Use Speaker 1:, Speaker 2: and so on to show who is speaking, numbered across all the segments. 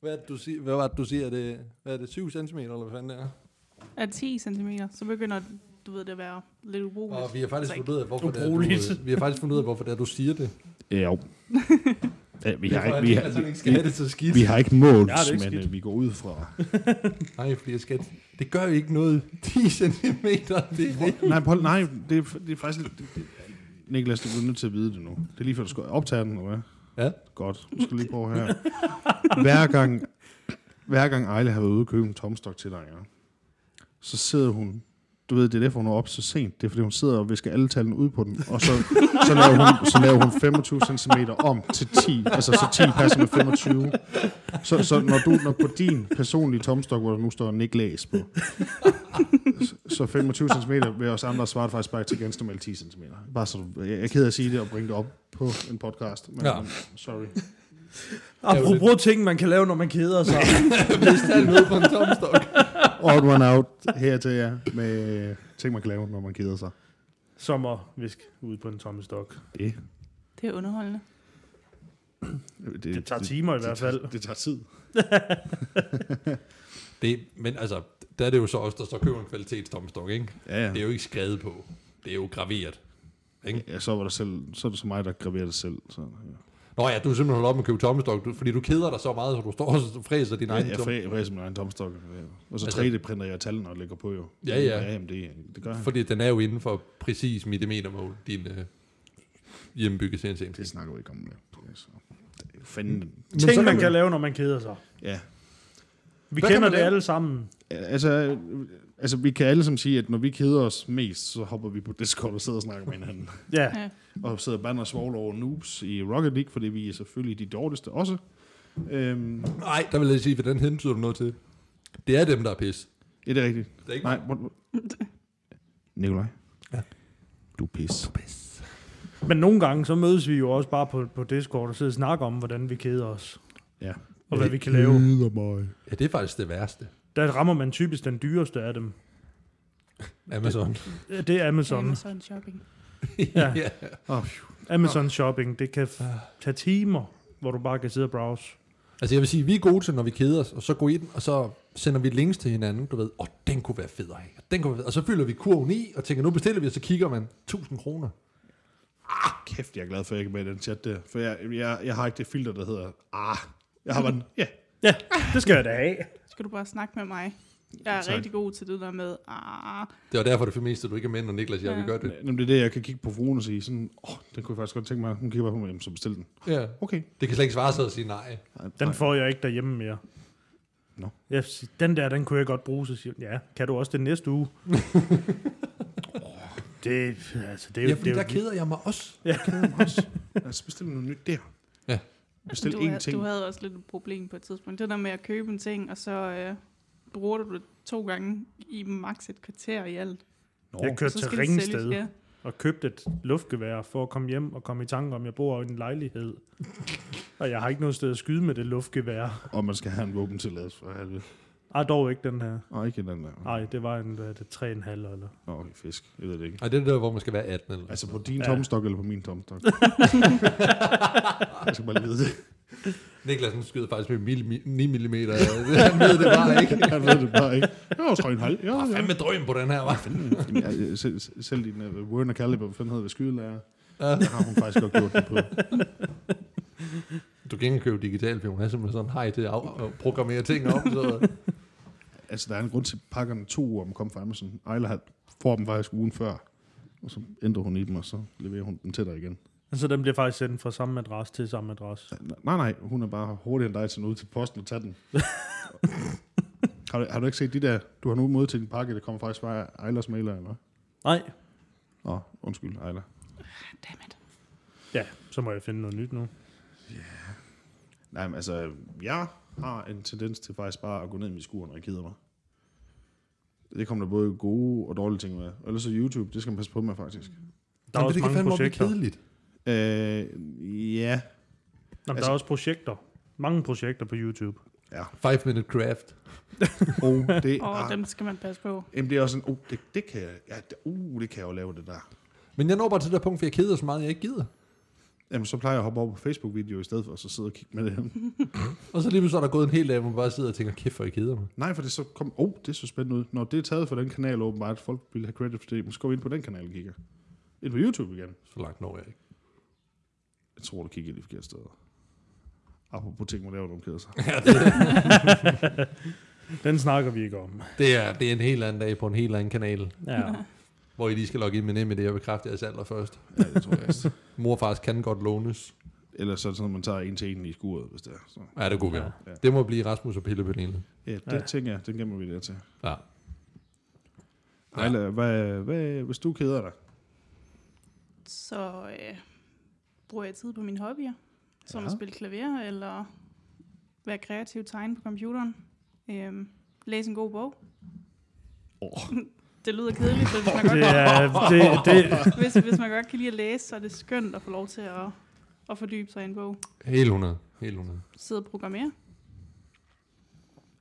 Speaker 1: Hvad, er det, du siger, hvad var det, du siger? Er det, hvad er det, 7 cm, eller hvad fanden det er?
Speaker 2: Er 10 cm, så begynder du ved det at være lidt ubrugeligt.
Speaker 1: Og vi har faktisk
Speaker 2: Altså ikke-
Speaker 1: fundet ud af, hvorfor det er,
Speaker 3: Ubrugeligt.
Speaker 1: du, øh, vi har faktisk fundet ud af, hvorfor det er, du siger det.
Speaker 4: Øh, jo. Øh, vi, har
Speaker 1: Hvorfor
Speaker 4: ikke,
Speaker 1: er
Speaker 4: vi,
Speaker 1: det,
Speaker 4: har,
Speaker 1: at han ikke skal
Speaker 4: vi,
Speaker 1: have det så skidt.
Speaker 4: vi har ikke målt,
Speaker 3: Ja, det er ikke
Speaker 4: men
Speaker 3: skidt.
Speaker 4: øh, vi går ud fra.
Speaker 1: Nej, fordi jeg skal... Det gør jo ikke noget. 10 cm, det er rigtigt.
Speaker 4: Nej, Paul, nej, det er, det er faktisk... lidt- Det, det, Niklas, du er nødt til at vide det nu. Det er lige før, du skal optage den, eller hvad?
Speaker 1: Ja.
Speaker 4: Godt. Du skal lige prøve her. Hver gang, hver gang Ejle har været ude og købe en tomstok til dig, ja, så sidder hun... Du ved, det er derfor, hun er op så sent. Det er, fordi hun sidder og visker alle tallene ud på den. Og så, så, laver, hun, så laver hun 25 cm om til 10. Altså, så 10 passer med 25. Så, så når du når på din personlige tomstok, hvor der nu står Niklas på, så 25 cm vil os andre svare faktisk bare til ganske normalt 10 cm. Bare så du, jeg jeg er ked af at sige det og bringe det op på en podcast. Men,
Speaker 1: Ja.
Speaker 4: ja. Sorry.
Speaker 3: Apropos ting, man kan lave, når man keder sig.
Speaker 1: Hvis han nede på en tomstok.
Speaker 4: Odd one out her til jer med ting, man kan lave, når man keder sig.
Speaker 3: Sommervisk ude på en tomme stok.
Speaker 4: Det,
Speaker 2: Det er underholdende.
Speaker 4: det,
Speaker 3: Det tager timer i hvert fald.
Speaker 4: Det, det tager tid.
Speaker 1: Det, men altså, der er det jo så også, der står køber en kvalitetstomstok, ikke?
Speaker 4: Ja, ja.
Speaker 1: Det er jo ikke skrevet på. Det er jo graveret. Ikke?
Speaker 4: ja så, var der selv, så er det så mig, der graverer det selv. Så, ja.
Speaker 1: Nå ja, du er simpelthen holdt op med at købe tommestok, du, fordi du keder dig så meget, så du står og fræser din egen
Speaker 4: jeg
Speaker 1: tom.
Speaker 4: fræ- fræser min egen tomstok. ja. Og så
Speaker 1: Altså-
Speaker 4: 3D-printer jeg tallene og lægger på jo.
Speaker 1: Ja, ja.
Speaker 4: ja jamen det, det gør jeg.
Speaker 1: Fordi den er jo inden for præcis millimetermål, din øh, hjemmebygget CNC.
Speaker 4: Det snakker vi ikke om mere. Det er så- det er Fanden.
Speaker 3: Ting, man kan lave, når man keder sig.
Speaker 4: Ja.
Speaker 3: Vi
Speaker 1: Hvad kan
Speaker 3: kender
Speaker 1: man
Speaker 3: det
Speaker 1: lave?
Speaker 3: alle sammen.
Speaker 4: Altså, øh, altså, vi kan alle sammen sige, at når vi keder os mest, så hopper vi på Discord og sidder og snakker med hinanden.
Speaker 3: Ja,
Speaker 2: Ja.
Speaker 4: Og sidder bare og svogler over noobs i Rocket League, fordi vi er selvfølgelig de dårligste også. Øhm,
Speaker 1: Nej, der vil jeg sige, hvordan hentyder du noget til? Det er dem, der er pis.
Speaker 4: ja, det er rigtigt.
Speaker 1: Det er ikke
Speaker 4: Nej, hvor, hvor- Nikolaj.
Speaker 1: Ja.
Speaker 4: Du er pis.
Speaker 3: men nogle gange, så mødes vi jo også bare på, på Discord og sidder og snakker om, hvordan vi keder os.
Speaker 4: Ja.
Speaker 3: Og hvad vi kan lave.
Speaker 4: Keder mig.
Speaker 1: Ja, det er faktisk det værste.
Speaker 3: Der rammer man typisk den dyreste af dem.
Speaker 1: Amazon.
Speaker 3: Det er Amazon.
Speaker 2: Amazon shopping.
Speaker 3: Ja.
Speaker 1: ja.
Speaker 4: Oh,
Speaker 3: Amazon shopping, det kan f- tage timer, hvor du bare kan sidde og browse.
Speaker 1: Altså jeg vil sige, vi er gode til, når vi keder os, og så går ind, og så sender vi links til hinanden, du ved, åh, den kunne være fed at have, den kunne være fed. Og så fylder vi kurven i, og tænker, nu bestiller vi, og så kigger man 1000 kroner.
Speaker 4: Ah, kæft, jeg er glad for, at jeg ikke er med i den chat der. For jeg, jeg, jeg har ikke det filter, der hedder, ah, jeg har bare den, ja,
Speaker 3: Ja, det skal jeg da have.
Speaker 2: Skal du bare snakke med mig? Jeg er
Speaker 4: Tak.
Speaker 2: rigtig god til det der med, ah,
Speaker 1: Det var derfor, det er for mest, at du ikke er med, når Niklas og jeg
Speaker 2: Ja.
Speaker 1: vil gøre det.
Speaker 4: Jamen, det er det, jeg kan kigge på fruen og sige sådan, åh, oh, den kunne jeg faktisk godt tænke mig. Hun kigger bare på mig, jamen, så bestil den.
Speaker 1: Ja.
Speaker 4: Okay.
Speaker 1: Det kan slet ikke svare sig at sige nej.
Speaker 3: Den får jeg ikke derhjemme mere.
Speaker 4: Nå.
Speaker 3: Jeg siger, den der, den kunne jeg godt bruge, så siger hun, ja, kan du også det næste uge? det, altså, det er jo...
Speaker 1: Ja, fordi
Speaker 3: det
Speaker 1: der
Speaker 3: er jo,
Speaker 1: keder jeg mig også.
Speaker 4: altså, bestil noget nyt der.
Speaker 1: Ja.
Speaker 4: Bestil
Speaker 2: du,
Speaker 4: én
Speaker 2: havde-
Speaker 4: ting.
Speaker 2: du havde også lidt et problem på et tidspunkt. Det der med at købe en ting, og så øh, bruger du det to gange i maks et kvarter i alt.
Speaker 4: Nå,
Speaker 3: jeg kørte
Speaker 2: så
Speaker 3: til
Speaker 2: skal det sælges,
Speaker 3: Ringsted
Speaker 2: ja.
Speaker 3: og købte et luftgevær for at komme hjem og komme i tanke om, at jeg bor i en lejlighed. og jeg har ikke noget sted at skyde med det luftgevær.
Speaker 4: Og man skal have en våben til lads for helvede.
Speaker 3: Ej, dog ikke den her.
Speaker 4: Og ikke den der.
Speaker 3: Nej, det var en hvad er det, 3,5 eller...
Speaker 4: Nå, okay, fisk. Jeg ved det ikke.
Speaker 1: Nej, det er der, hvor man skal være 18 eller
Speaker 4: Altså på din
Speaker 3: Ja.
Speaker 4: ja. tomstok eller på min tomstok? jeg skal bare lige vide det.
Speaker 1: Niklas han skyder faktisk med mil, mi, 9 mm. Han ved det bare ikke.
Speaker 4: Jeg ved det bare ikke. Jeg var også 3,5. Ja,
Speaker 1: Hvad
Speaker 4: ja.
Speaker 1: med drøm på den her, var?
Speaker 4: Jamen, jeg- jeg- Selv, selv din uh, Werner Caliber, hvad fanden hedder det, skydelærer,
Speaker 1: Ja.
Speaker 4: der har hun faktisk godt gjort det på.
Speaker 1: Du kan ikke engang købe digital, for hun er simpelthen sådan hej til at af- at programmere ting op. Så.
Speaker 4: Altså, der er en grund til, at pakkerne to uger om kom fra Amazon. Ejla har- får dem faktisk ugen før, og så ændrer hun i dem, og så leverer hun dem til dig igen.
Speaker 3: Så den bliver faktisk sendt fra samme adresse til samme adresse.
Speaker 4: Nej, nej, hun er bare hurtigere end dig til ud til posten og tage den. har, du, har du ikke set de der, du har nu mod til din pakke, der kommer faktisk fra Ejlers mailer, eller hvad?
Speaker 3: Nej.
Speaker 4: Nå, undskyld, Ejla.
Speaker 2: Dammit.
Speaker 3: Ja, så må jeg finde noget nyt nu.
Speaker 4: Nej, men altså, jeg har en tendens til faktisk bare at gå ned i mit skur, når jeg keder mig. Det kommer der både gode og dårlige ting med. Ellers så YouTube, det skal man passe på med faktisk.
Speaker 3: Der er også
Speaker 1: det kan
Speaker 3: mange
Speaker 1: fandme også blive
Speaker 3: projekter.
Speaker 1: kedeligt.
Speaker 4: Øh, ja,
Speaker 3: Jamen, altså,
Speaker 4: Altså-
Speaker 3: der er også projekter. Mange projekter på YouTube.
Speaker 1: Five Minute Craft.
Speaker 4: oh, det,
Speaker 2: Og
Speaker 4: ah,
Speaker 2: dem skal man passe på.
Speaker 4: jamen, det er også sådan, oh, det, det kan jeg, ja, det, uh, det kan jeg jo lave det der.
Speaker 1: Men jeg når bare til det der punkt, for jeg keder så meget, jeg ikke gider.
Speaker 4: Jamen, så plejer jeg at hoppe over på Facebook-video i stedet for, og så sidde og kigge med det.
Speaker 1: Og så lige pludselig er der gået en hel dag, hvor man bare sidder og tænker, kæft, hvor I keder mig.
Speaker 4: Nej, for det så kom, oh, det så spændende ud. Når det er taget fra den kanal åbenbart, folk vil have credit for det, men så går vi ind på den kanal og kigger. Ind på YouTube igen.
Speaker 1: Så langt når jeg ikke.
Speaker 4: Jeg tror, du kigger de forkerte steder. Apropos ting, man laver, når man keder sig.
Speaker 3: Den snakker vi ikke om.
Speaker 1: Det er, det er en helt anden dag på en helt anden kanal,
Speaker 3: Ja.
Speaker 1: hvor I lige skal logge ind med nem idé og bekræfte jeres alder først.
Speaker 4: Ja, det tror jeg ikke.
Speaker 1: Mor og fars kan godt lånes.
Speaker 4: Ellers så er det sådan, at man tager en til en i skuret, hvis det er. Så,
Speaker 1: Ja, det kunne være.
Speaker 4: Ja.
Speaker 1: Ja. Det må blive Rasmus og Pillepanelet.
Speaker 4: ja, det
Speaker 3: Ja.
Speaker 4: ja. tænker jeg, den gemmer vi der til.
Speaker 1: Ja. Ja.
Speaker 4: Ejla, hvad, hvad, hvis du keder dig?
Speaker 2: Så øh, bruger jeg tid på mine hobbyer, som
Speaker 4: Ja.
Speaker 2: at spille klaver, eller være kreativ tegne på computeren, øh, læse en god bog. Oh. det lyder kedeligt, men hvis man,
Speaker 3: Det
Speaker 2: godt,
Speaker 3: er, det, det,
Speaker 2: hvis, hvis man godt kan lide at læse, så er det skønt at få lov til at, at fordybe sig i en bog.
Speaker 1: Helt 100. Helt 100.
Speaker 2: Sidde og programmere.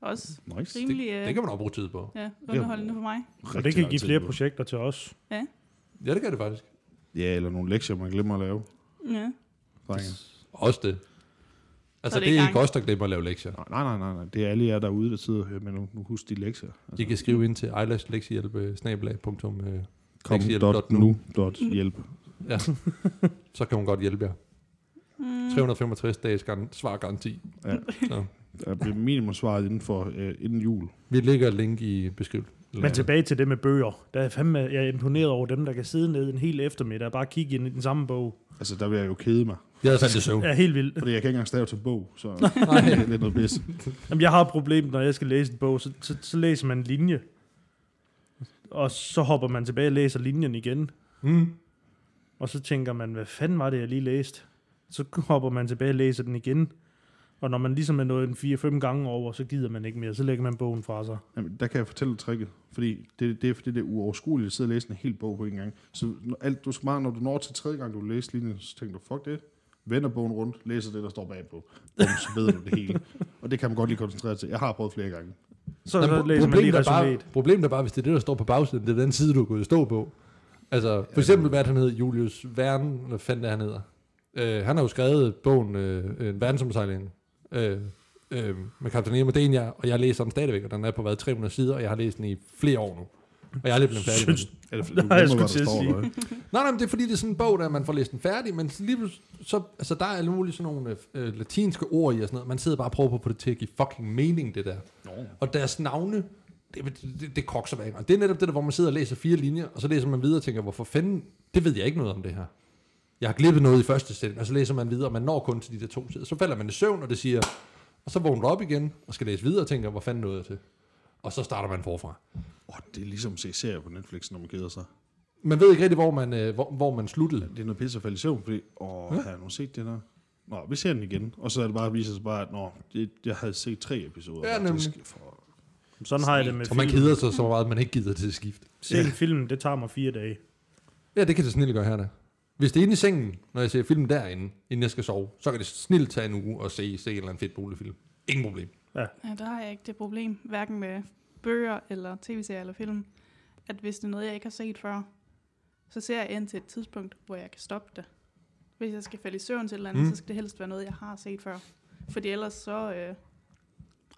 Speaker 2: Også
Speaker 4: Nice.
Speaker 1: Det,
Speaker 2: rimelig øh,
Speaker 1: det kan man også bruge tid på.
Speaker 2: ja, underholdende for mig.
Speaker 3: og det kan give flere projekter til os.
Speaker 1: Ja, det kan det faktisk.
Speaker 4: Ja, eller nogle lektier, man glemmer at lave.
Speaker 2: Ja.
Speaker 4: drenge.
Speaker 1: Også det. Altså,
Speaker 2: er det
Speaker 1: det
Speaker 2: i
Speaker 1: er
Speaker 2: gang.
Speaker 1: ikke os, der glemmer at lave lektier.
Speaker 4: Nej, nej, nej, nej, nej. Det er alle jer derude, der sidder og hører, men nu, nu husk de lektier. Altså,
Speaker 1: I kan skrive ind til øh, eyelashleksiehjælp.com.
Speaker 4: kom
Speaker 1: lektiehjælp
Speaker 4: dot
Speaker 1: dot
Speaker 4: nu dot hjælp.
Speaker 1: Ja. Så kan hun godt hjælpe jer.
Speaker 2: Mm,
Speaker 1: 365 dages gar- svargaranti.
Speaker 4: Der bliver minimum svaret inden, for, øh, inden jul.
Speaker 1: Vi lægger et link i beskrivelsen.
Speaker 3: Men tilbage til det med bøger. Der er fandme, jeg er imponeret over dem, der kan sidde ned en hel eftermiddag og bare kigge ind i den samme bog.
Speaker 4: Altså, der vil jeg jo kede mig.
Speaker 1: Jeg havde fandt det søvn.
Speaker 3: Jeg er helt vildt.
Speaker 4: Fordi jeg kan ikke engang stave til bog, så det er lidt noget pis.
Speaker 3: Jamen, jeg har et problem, når jeg skal læse en bog, så, så, så læser man en linje. Og så hopper man tilbage og læser linjen igen.
Speaker 1: Mm.
Speaker 3: Og så tænker man, hvad fanden var det, jeg lige læste? Så hopper man tilbage og læser den igen. Og når man ligesom er nået en 4-5 gange over, så gider man ikke mere. Så lægger man bogen fra sig.
Speaker 4: Jamen, der kan jeg fortælle dig tricket. Fordi det, det er fordi, det er uoverskueligt at sidde og læse en hel bog på en gang. Så når, alt, du skal meget, når du når til tredje gang, du læser linjen, så tænker du, fuck det. Vender bogen rundt, læser det, der står bagpå. Bum, så ved du det hele. Og det kan man godt lige koncentrere sig til. Jeg har prøvet flere gange.
Speaker 3: Så,
Speaker 1: Jamen,
Speaker 3: så
Speaker 1: pro-
Speaker 3: læser man lige
Speaker 1: problemet, er bare,
Speaker 3: resumet.
Speaker 1: problemet er bare, hvis det er det, der står på bagsiden, det er den side, du er gået i stå på. Altså, for eksempel, hvad er det, han hed, Julius Verne, hvad fanden er han hedder? Øh, han har jo skrevet bogen øh, En verdensomsejling øh, øh, med kaptajn Modenia, og jeg læser den stadigvæk, og den er på hvad, 300 sider, og jeg har læst den i flere år nu. Og jeg er aldrig blevet færdig med
Speaker 3: Synes
Speaker 1: den.
Speaker 4: Eller, fordi du
Speaker 3: Nej, jeg
Speaker 4: glemmer,
Speaker 3: skulle
Speaker 4: hvad
Speaker 3: til at
Speaker 4: der står.
Speaker 3: sige.
Speaker 4: eller hvad?
Speaker 1: Nej, nej, men det er fordi, det er sådan en bog, der man får læst den færdig, men så lige pludselig- så, altså, der er alle mulige sådan nogle øh, øh, latinske ord i og sådan noget. Man sidder bare og prøver på at få det til at give fucking mening, det der. Og deres navne, det, det, det kokser hver gang. Og det er netop det der, hvor man sidder og læser fire linjer, og så læser man videre og tænker, hvorfor fanden, det ved jeg ikke noget om det her. Jeg har glippet noget i første sætning, og så læser man videre, og man når kun til de der to sider. Så falder man i søvn, og det siger, og så vågner du op igen, og skal læse videre og tænker, hvor fanden nåede jeg til? Og så starter man forfra.
Speaker 4: Åh, det er ligesom at se serier på Netflix, når man keder sig.
Speaker 1: Man ved ikke rigtig, hvor man, øh, hvor, hvor man sluttede.
Speaker 4: Det er noget pisse at falde i søvn, fordi, åh, ja. har jeg nu set det der? Nå, vi ser den igen. Og så er det bare, viser sig bare, at nå, det, jeg havde set tre episoder.
Speaker 1: Ja,
Speaker 4: faktisk,
Speaker 1: nemlig.
Speaker 4: For,
Speaker 3: Sådan har jeg det med
Speaker 1: Og man
Speaker 3: film.
Speaker 1: keder sig så meget, at man ikke gider til at skifte.
Speaker 3: Se en film, det tager mig fire dage.
Speaker 1: Ja, det kan det snildt gøre her da. Hvis det er inde i sengen, når jeg ser film derinde, inden jeg skal sove, så kan det snilt tage en uge og se, se en eller anden fedt boligfilm. Ingen problem.
Speaker 2: Ja, der har jeg ikke det problem, hverken med bøger eller tv-serier eller film, at hvis det er noget, jeg ikke har set før, så ser jeg ind til et tidspunkt, hvor jeg kan stoppe det. Hvis jeg skal falde i søvn til et eller andet,
Speaker 1: Mm.
Speaker 2: mm. så skal det helst være noget, jeg har set før. Fordi ellers så øh,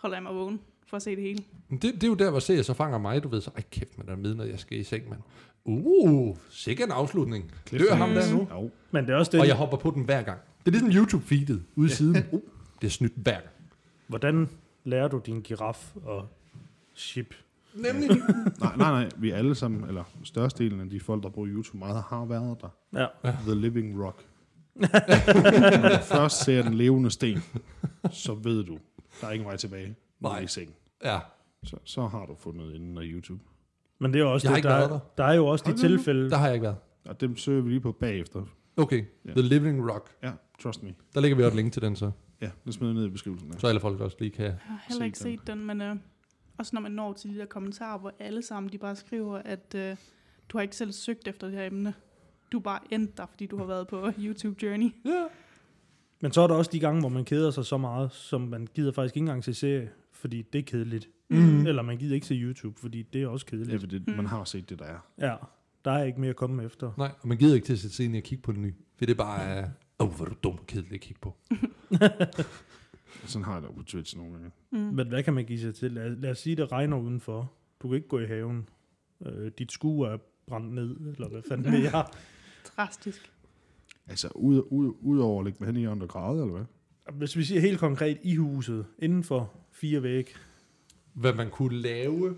Speaker 2: holder jeg mig vågen for at se det hele.
Speaker 1: Men Det, det er jo der, hvor serier så fanger mig. Du ved så, ej kæft, man er midnat, jeg skal i seng, mand. Uh, sikkert en afslutning. Dør ham der nu.
Speaker 4: Jo,
Speaker 3: Men det er også det,
Speaker 1: Og jeg hopper på den hver gang. Det er ligesom YouTube-feedet ude i siden. Uh, det er snydt hver gang.
Speaker 3: hvordan lærer du din giraf og chip?
Speaker 1: Nemlig.
Speaker 4: nej, nej, nej, vi alle sammen, eller størstedelen af de folk, der bruger YouTube meget, har været der.
Speaker 3: Ja.
Speaker 4: The Living Rock. når du først ser den levende sten, så ved du, der er ingen vej tilbage. når du
Speaker 1: Nej.
Speaker 4: er I seng.
Speaker 1: Ja.
Speaker 4: Så, så har du fundet inden af YouTube.
Speaker 3: Men det er også
Speaker 1: Jeg har
Speaker 3: det,
Speaker 1: ikke
Speaker 3: der,
Speaker 1: været
Speaker 3: er, der er jo også de tilfælde.
Speaker 1: Der har jeg ikke været.
Speaker 4: Og dem søger vi lige på bagefter.
Speaker 1: Okay.
Speaker 4: Ja.
Speaker 1: The Living Rock.
Speaker 4: Ja, trust me.
Speaker 1: Der lægger vi også et link til den så.
Speaker 4: Ja, det smider jeg ned i beskrivelsen. Ja.
Speaker 1: Så alle folk også lige kan...
Speaker 2: Jeg har heller
Speaker 4: Se
Speaker 2: ikke
Speaker 4: den.
Speaker 2: set den, men øh, også når man når til de der kommentarer, hvor alle sammen de bare skriver, at øh, du har ikke selv søgt efter det her emne. Du er bare endt der, fordi du har været på YouTube-journey.
Speaker 1: Ja.
Speaker 3: Men så er der også de gange, hvor man keder sig så meget, som man gider faktisk ikke engang se serie, fordi det er kedeligt.
Speaker 1: Mhm.
Speaker 3: Eller man gider ikke se YouTube, fordi det er også
Speaker 4: Det er
Speaker 3: kedeligt.
Speaker 4: fordi, man har set det, der er.
Speaker 3: Ja, der er ikke mere at komme efter.
Speaker 1: Nej, og man gider ikke til at sætte sig ind og kigge på den nye. For det er bare... øh, Åh, oh, hvor er du dum og kedelig at kigge på.
Speaker 4: Sådan har jeg det jo på Twitch nogle gange.
Speaker 2: Mm.
Speaker 3: Men hvad kan man give sig til? Lad, lad os sige, det regner udenfor. Du kan ikke gå i haven. Øh, dit skue er brændt ned, eller hvad fanden ved jeg.
Speaker 2: Drastisk.
Speaker 4: Altså, ud, ud, ud over at ligge med hen i under grader, eller hvad?
Speaker 3: Hvis vi siger helt konkret, i huset, inden for fire vægge.
Speaker 1: Hvad man kunne lave.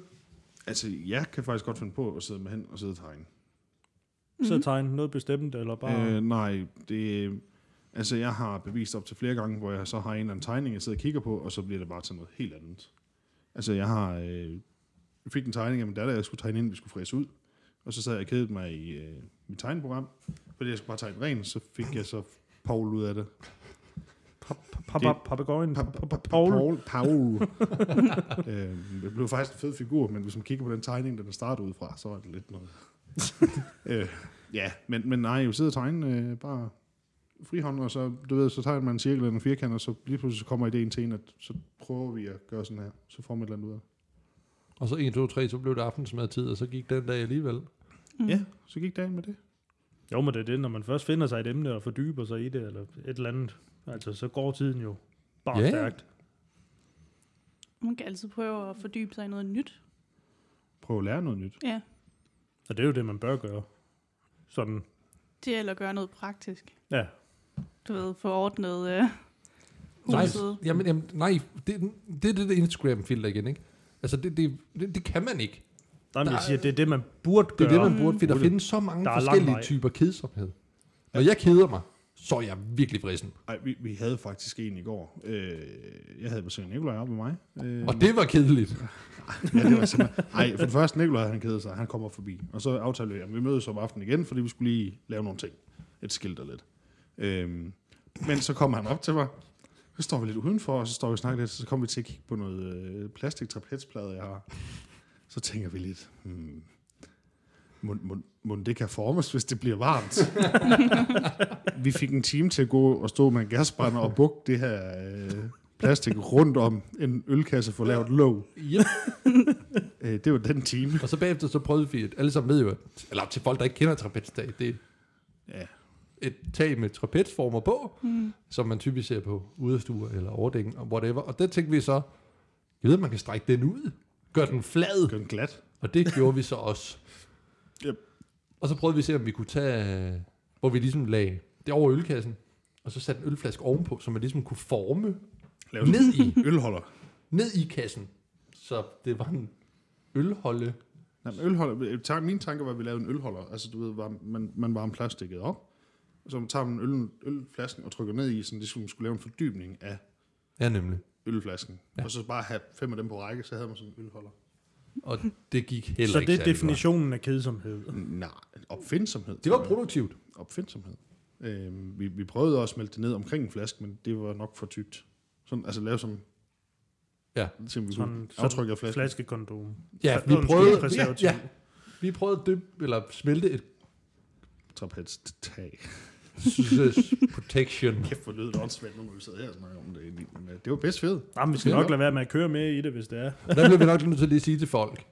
Speaker 4: Altså, jeg kan faktisk godt finde på at sidde med hen og sidde og tegne.
Speaker 3: Mm-hmm.
Speaker 2: Mm.
Speaker 1: Mhm.
Speaker 3: Så tegn noget bestemt, eller bare...
Speaker 4: Øh, nej, det... Altså, jeg har bevist op til flere gange, hvor jeg så har en eller anden tegning, jeg sidder og kigger på, og så bliver det bare til noget helt andet. Altså, jeg har... Øh, jeg fik en tegning af min datter, jeg skulle tegne ind, vi skulle fræse ud. Og så sad jeg og kedede mig i øh, mit tegneprogram, fordi jeg skulle bare tegne rent, så fik jeg så Paul ud af det.
Speaker 3: Øh, Papagøjen.
Speaker 4: Pa- pa- pa-
Speaker 3: Paul.
Speaker 4: Paul. Paul. øhm, det blev faktisk en fed figur, men hvis man kigger på den tegning, den er startet ud fra, så er det lidt noget. øh, ja, men, men nej, jeg sidder og tegner øh, bare frihånd, og så, du ved, så tegner man en cirkel eller en firkant, og så lige pludselig så kommer ideen til en, at så prøver vi at gøre sådan her, så får man et eller andet ud af. det.
Speaker 1: Og så 1, 2, 3, så blev det aftensmadtid, og så gik den dag alligevel.
Speaker 2: Mm.
Speaker 4: Ja, så gik dagen med det.
Speaker 3: Jo, men det er det, når man først finder sig i et emne og fordyber sig i det, eller et eller andet. Altså, så går tiden jo bare
Speaker 1: Ja.
Speaker 3: yeah. stærkt.
Speaker 2: Man kan altid prøve at fordybe sig i noget nyt.
Speaker 4: Prøv at lære noget nyt.
Speaker 2: Ja,
Speaker 3: Og det er jo det, man bør gøre. Sådan,
Speaker 2: det eller gøre noget praktisk.
Speaker 3: ja.
Speaker 2: Du ved, få ordnet øh,
Speaker 1: Nej,
Speaker 2: huset.
Speaker 1: jamen, jamen, nej det, det er det, det Instagram-filter igen, ikke? Altså, det, det, det, det kan man ikke.
Speaker 3: Der, der,
Speaker 1: Der
Speaker 3: jeg
Speaker 1: er-
Speaker 3: siger, det er det, man burde
Speaker 1: Det
Speaker 3: gøre.
Speaker 1: er det, man burde, fordi der
Speaker 3: Burde.
Speaker 1: findes så mange
Speaker 3: Der er lang
Speaker 1: forskellige
Speaker 3: vej.
Speaker 1: typer kedsomhed. Når jeg keder mig, så er jeg virkelig vrissen.
Speaker 4: Ej, vi, vi havde faktisk en i går. Øh, jeg havde besøgt Nikolaj op med mig. Øh,
Speaker 3: Mm.
Speaker 1: Og det var kedeligt.
Speaker 4: Ja, det var simpelthen... Ej, for det første, Nikolaj, han keder sig. Han kommer forbi. Og så aftaler vi, at vi mødes om aftenen igen, fordi vi skulle lige lave nogle ting. Et skilt og lidt. Øhm, men så kommer han op til mig. Så står vi lidt udenfor, og så står vi og snakker lidt. Så kommer vi til at kigge på noget øh, plastiktrapletsplade, jeg har. Så tænker vi lidt, hmm, må, må, må det kan formes, hvis det bliver varmt? vi fik en time til at gå og stå med en gasbrænder og bukke det her øh, plastik rundt om en ølkasse for lavet låg.
Speaker 1: Yep.
Speaker 4: Øh, det var den time.
Speaker 1: Og så bagefter så prøvede vi, at alle sammen ved jo, at- eller til folk, der ikke kender trapeztag, det er
Speaker 4: Ja.
Speaker 1: et tag med trapezformer på,
Speaker 2: Mm.
Speaker 1: som man typisk ser på udestuer eller overdækken og whatever. Og der tænkte vi så, jeg ved, man kan strække den ud, gør den flad,
Speaker 4: Gør den glat.
Speaker 1: og det gjorde vi så også.
Speaker 4: Yep.
Speaker 1: Og så prøvede vi at se, om vi kunne tage, øh, hvor vi ligesom lagde det over ølkassen, og så satte en ølflaske ovenpå, så man ligesom kunne forme
Speaker 4: Lav sådan
Speaker 1: ned i,
Speaker 4: en ølholder.
Speaker 1: ned i kassen. Så det var en ølholde.
Speaker 4: Nej, men ølholder. øh, tan- Mine tanker var, at vi lavede en ølholder. Altså, du ved, var, man, man varmer plastikket op, og så tager man øl, ølflasken og trykker ned i, sådan ligesom man skulle lave en fordybning af
Speaker 1: Ja, nemlig.
Speaker 4: ølflasken.
Speaker 1: Ja.
Speaker 4: Ja. Og så bare have fem af dem på række, så havde man sådan en ølholder.
Speaker 1: Og det gik heller
Speaker 3: Så
Speaker 1: ikke
Speaker 3: det er
Speaker 1: særlig
Speaker 3: definitionen af kedsomhed.
Speaker 4: Nej, opfindsomhed.
Speaker 1: godt. Det var produktivt.
Speaker 4: Opfindsomhed. Øhm, vi, vi prøvede også at smelte det ned omkring en flaske, men det var nok for tykt. Sådan, altså lave som...
Speaker 1: Ja.
Speaker 4: Som vi
Speaker 3: Sådan,
Speaker 4: kunne aftrykke af
Speaker 3: sådan
Speaker 4: Mm. flasken.
Speaker 3: flaskekondom.
Speaker 1: Ja,
Speaker 3: Så-
Speaker 1: vi
Speaker 3: undskyld,
Speaker 1: prøvede, ja,
Speaker 3: præservativ.
Speaker 1: ja, vi prøvede at dyppe, eller smelte et
Speaker 4: Trapez-tag.
Speaker 1: Success protection.
Speaker 4: Kæft, hvor lyder det åndssvagt, når vi sidder her og snakker om det. egentlig. Men, øh, det var bedst fedt.
Speaker 3: Jamen, vi skal nok lade være med at køre med i det, hvis det er.
Speaker 1: Der blev vi nok nødt til at lige sige til folk,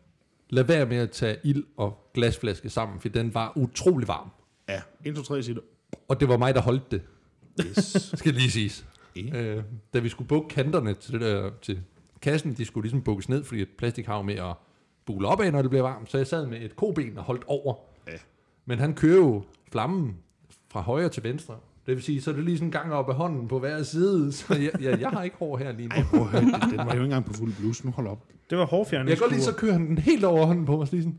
Speaker 1: lad være med at tage ild og glasflaske sammen, for den var utrolig varm.
Speaker 4: Ja, 1, 2, 3 siger du.
Speaker 1: Og det var mig, der holdt det,
Speaker 4: Yes.
Speaker 1: skal lige siges.
Speaker 4: Ja.
Speaker 1: Øh, da vi skulle bukke kanterne til, det der, til kassen, de skulle ligesom bukkes ned, fordi et plastik har jo med at bule op af, når det bliver varmt. Så jeg sad med et koben og holdt over.
Speaker 4: Ja.
Speaker 1: Men han kører jo flammen fra højre til venstre. Det vil sige, så er det lige sådan en gang op ad hånden på hver side. Så jeg, jeg, jeg har ikke hår her lige nu.
Speaker 4: Ej, prøv at høre, den- den var jo ikke engang på fuld blus. Nu hold op.
Speaker 3: Det var
Speaker 1: Jeg kan godt lide, så
Speaker 3: hårfjerningskur.
Speaker 1: kører han den helt over hånden på mig, så lige sådan,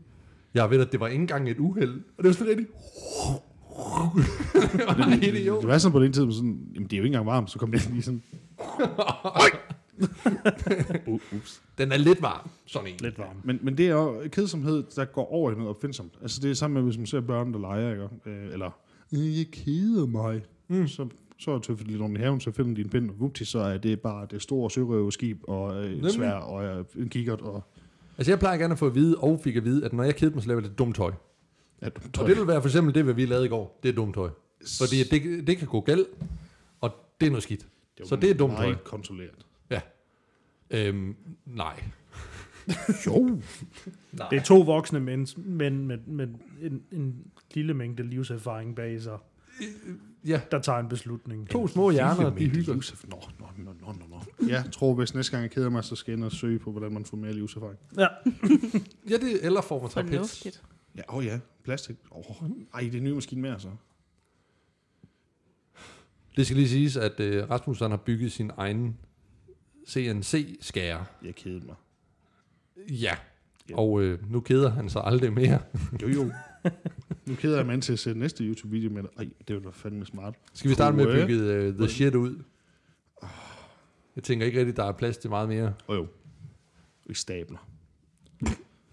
Speaker 1: jeg ved, at det var ikke engang et uheld. Og det var sådan lidt, det var helt
Speaker 4: Det
Speaker 1: idiot.
Speaker 4: var sådan på den tid, man sådan, jamen det er jo ikke engang varmt, så kom den lige sådan.
Speaker 1: Oh,
Speaker 4: U- Ups.
Speaker 1: Den er lidt varm, sådan en.
Speaker 3: Lidt varm.
Speaker 4: Men, men det er jo kedsomhed, der går over i noget opfindsomt. Altså det er samme med, hvis man ser børn, der leger, ikke? Øh, eller, "Øh, jeg keder mig. Mm. Så, så er tøffet lidt rundt i haven, så finder de en pind, og vupti, så er det bare det store sørøverskib, og øh,
Speaker 1: Nemlig.
Speaker 4: et svær, og øh, en kikkert, og
Speaker 1: Altså jeg plejer gerne at få at vide, og fik at vide, at når jeg keder mig, så laver jeg lidt dumt tøj.
Speaker 4: ja,
Speaker 1: Og det vil være for eksempel det, hvad vi lavede i går. Det er dumt tøj. Fordi det, det kan gå galt, og det er noget skidt.
Speaker 4: jo
Speaker 1: så det er dumt
Speaker 4: meget
Speaker 1: tøj.
Speaker 4: kontrolleret.
Speaker 1: Ja. Øhm, nej.
Speaker 4: Jo,
Speaker 1: nej.
Speaker 3: Det er to voksne mænd, mænd med, med en, en lille mængde livserfaring bag sig.
Speaker 1: Ja,
Speaker 3: der tager en beslutning.
Speaker 1: to små hjerner, de hygger.
Speaker 4: Josef. Nå, nå, nå, nå, nå. Jeg tror, hvis næste gang jeg keder mig, så skal jeg ind og søge på, hvordan man får mere livserfaring.
Speaker 3: Ja.
Speaker 1: Ja, det, eller får man sig pits.
Speaker 2: Fornuftigt.
Speaker 4: Ja, åh oh ja, plastik. Oh, ej, det er en ny maskine altså. mere, så.
Speaker 1: Det skal lige siges, at øh, Rasmus han har bygget sin egen CNC-skærer.
Speaker 4: Jeg kedede mig.
Speaker 1: Ja.
Speaker 4: Ja.
Speaker 1: Og øh, nu keder han sig aldrig mere.
Speaker 4: Jo, jo. nu keder jeg mig til at se næste YouTube-video med dig. Ej, det var da fandme smart.
Speaker 1: Skal vi starte med at
Speaker 4: Kunne, øh,
Speaker 1: bygge øh, The Shit ud? Jeg tænker ikke rigtigt, der er plads til meget mere.
Speaker 4: Åh oh, jo. Vi stabler.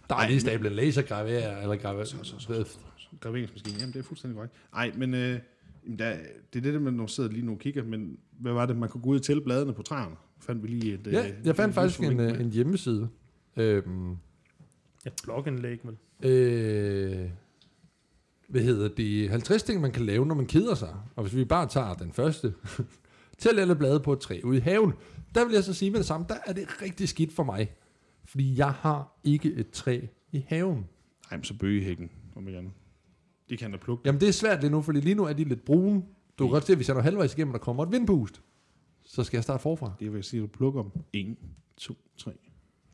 Speaker 1: Der er
Speaker 4: Ej,
Speaker 1: lige stablet en lasergraver, eller graver.
Speaker 4: Så, så, så, så. Graveringsmaskinen, jamen det er fuldstændig korrekt. Nej, men øh, jamen, der, det er det, der man når sidder lige nu og kigger, men hvad var det, man kunne gå ud og tælle bladene på træerne? Fandt vi lige et...
Speaker 1: Ja, jeg fandt faktisk en, øh, en hjemmeside. Øhm,
Speaker 3: Et blogindlæg, vel?
Speaker 1: øh, hvad hedder det? 50 ting, man kan lave, når man keder sig. Og hvis vi bare tager den første. Tæl alle blade på et træ ude i haven. Der vil jeg så sige med det samme, der er det rigtig skidt for mig. Fordi jeg har ikke et træ i haven.
Speaker 4: Nej, men så bøgehækken, om ikke andet. Det kan da plukke.
Speaker 1: Jamen det er svært lige nu, fordi lige nu er de lidt brune. Du kan godt se, hvis jeg når halvvejs igennem, og der kommer et vindpust, så skal jeg starte forfra.
Speaker 4: Det vil jeg sige, at du plukker om. 1, 2, 3.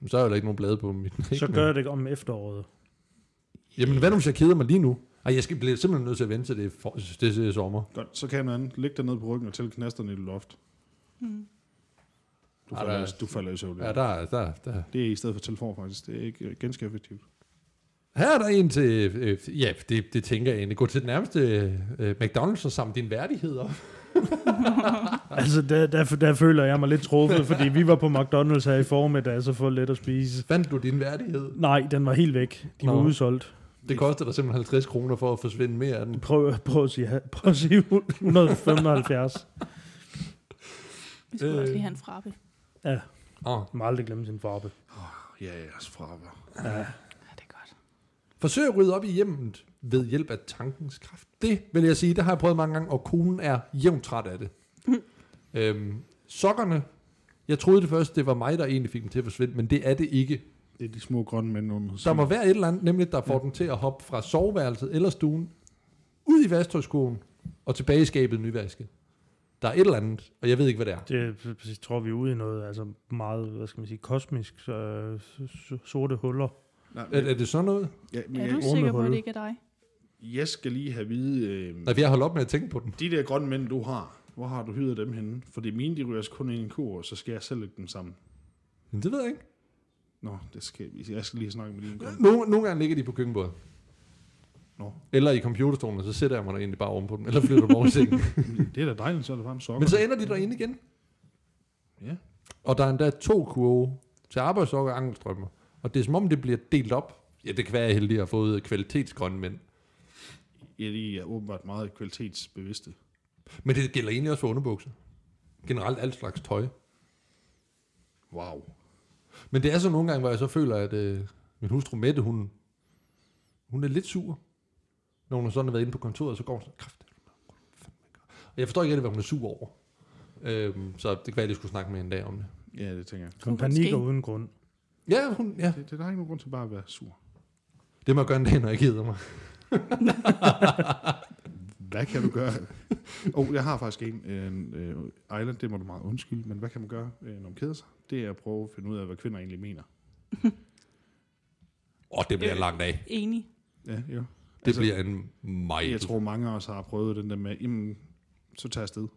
Speaker 1: Jamen, Så er jeg jo ikke nogen blade på mit
Speaker 3: Så gør jeg det om efteråret.
Speaker 1: Jamen hvad nu, hvis jeg keder mig lige nu? Ej, jeg skal blive simpelthen nødt til at vente til det, er for, det er sommer.
Speaker 4: Godt, så kan jeg noget andet. Læg dig ned på ryggen og tæl knasterne i loft.
Speaker 2: Mm.
Speaker 4: Du
Speaker 1: Ej,
Speaker 4: falder,
Speaker 1: der
Speaker 4: i- du falder i søvn.
Speaker 1: Ja, der, er- der, er- der. er-
Speaker 4: Det er i stedet for telefon, faktisk. Det er ikke øh, ganske effektivt.
Speaker 1: Her er der en til, øh, ja, det, det tænker jeg egentlig. Gå til den nærmeste øh, McDonald's og samle din værdighed op.
Speaker 3: Altså, der, der, der føler jeg mig lidt truffet, fordi vi var på McDonald's her i formiddag, så for let at spise.
Speaker 1: Fandt du din værdighed?
Speaker 3: Nej, den var helt væk. De var
Speaker 1: Nå.
Speaker 3: udsolgt.
Speaker 1: Det koster dig simpelthen 50 kroner for at forsvinde mere af den.
Speaker 3: Prøv, prøv, at, sige, prøv at sige 175.
Speaker 2: Vi skulle
Speaker 1: Øh.
Speaker 2: øh. også lige have en frappe.
Speaker 1: Oh.
Speaker 3: Man må aldrig glemme sin farve.
Speaker 4: Ja, ja, så fravær.
Speaker 3: Ja.
Speaker 2: Ja, det er godt.
Speaker 1: Forsøg at rydde op i hjemmet ved hjælp af tankens kraft. Det vil jeg sige, det har jeg prøvet mange gange, og konen er jævnt træt af det. øhm, sokkerne, jeg troede det først, det var mig, der egentlig fik dem til at forsvinde, men det er det ikke.
Speaker 4: Det er de små grønne mænd under.
Speaker 1: Der må være et eller andet, nemlig der får dem til at hoppe fra soveværelset eller stuen, ud i vasktøjskoen og tilbage i skabet nyvasket. Der er et eller andet, og jeg ved ikke, hvad det er.
Speaker 3: Det er præcis, tror vi er ude i noget altså meget, hvad skal man sige, kosmisk øh, s- sorte huller.
Speaker 4: Nej, men,
Speaker 1: Er, er det sådan noget?
Speaker 4: ja, men
Speaker 2: Er
Speaker 4: jeg,
Speaker 2: du
Speaker 3: ordne
Speaker 2: sikker på, at
Speaker 3: hullet.
Speaker 2: det ikke er dig?
Speaker 4: jeg skal lige have at vide... Øh,
Speaker 1: Nej, for jeg holder op med at tænke på den.
Speaker 4: de der grønne mænd, du har, hvor har du hyret dem henne? Fordi mine, de ryger altså kun ind i en kur, og så skal jeg selv lægge dem sammen.
Speaker 1: Men det ved jeg ikke.
Speaker 4: Nå, det skal, jeg skal lige snakke med dine grønne.
Speaker 1: Nogle, nogle gange ligger de på køkkenbordet.
Speaker 4: Nå.
Speaker 1: Eller i computerstolen, og så sætter jeg mig der egentlig bare ovenpå dem, eller flytter dem over i sengen.
Speaker 4: Det er da dejligt, så er der bare en sokker.
Speaker 1: Men så ender de derinde igen.
Speaker 4: Ja.
Speaker 1: Og der er endda to kurve til arbejdsok og angelstrømmer. Og det er som om, det bliver delt op. Ja, det kan være, jeg er heldig at have fået kvalitetsgrønne mænd.
Speaker 4: Ja, de er åbenbart meget kvalitetsbevidste.
Speaker 1: Men det gælder egentlig også for underbukser. Generelt alt slags tøj.
Speaker 4: Wow.
Speaker 1: Men det er så nogle gange, hvor jeg så føler, at øh, min hustru Mette, hun, hun er lidt sur. Når hun sådan har været inde på kontoret, så går hun sådan, kraft. Og jeg forstår ikke rigtig, hvad hun er sur over. Øhm, så det kan være, at jeg skulle snakke med hende en dag om det.
Speaker 4: Ja, det tænker jeg.
Speaker 3: Som
Speaker 2: Kunne
Speaker 3: panikker
Speaker 2: måske.
Speaker 3: uden grund.
Speaker 1: Ja, hun, ja.
Speaker 4: Det, det er der ikke nogen grund til bare at være sur.
Speaker 1: det må jeg gøre en dag, når jeg gider mig.
Speaker 4: Hvad kan du gøre? Åh, oh, jeg har faktisk en, en øh, island, det må du meget undskylde, men hvad kan man gøre, øh, når man keder sig? Det er at prøve at finde ud af, hvad kvinder egentlig mener.
Speaker 1: Åh, det bliver en lang dag.
Speaker 2: Enig.
Speaker 4: Ja, jo. Det
Speaker 1: Det altså, bliver en meget...
Speaker 4: Jeg tror, mange af os har prøvet den der med, jamen, så tager jeg afsted.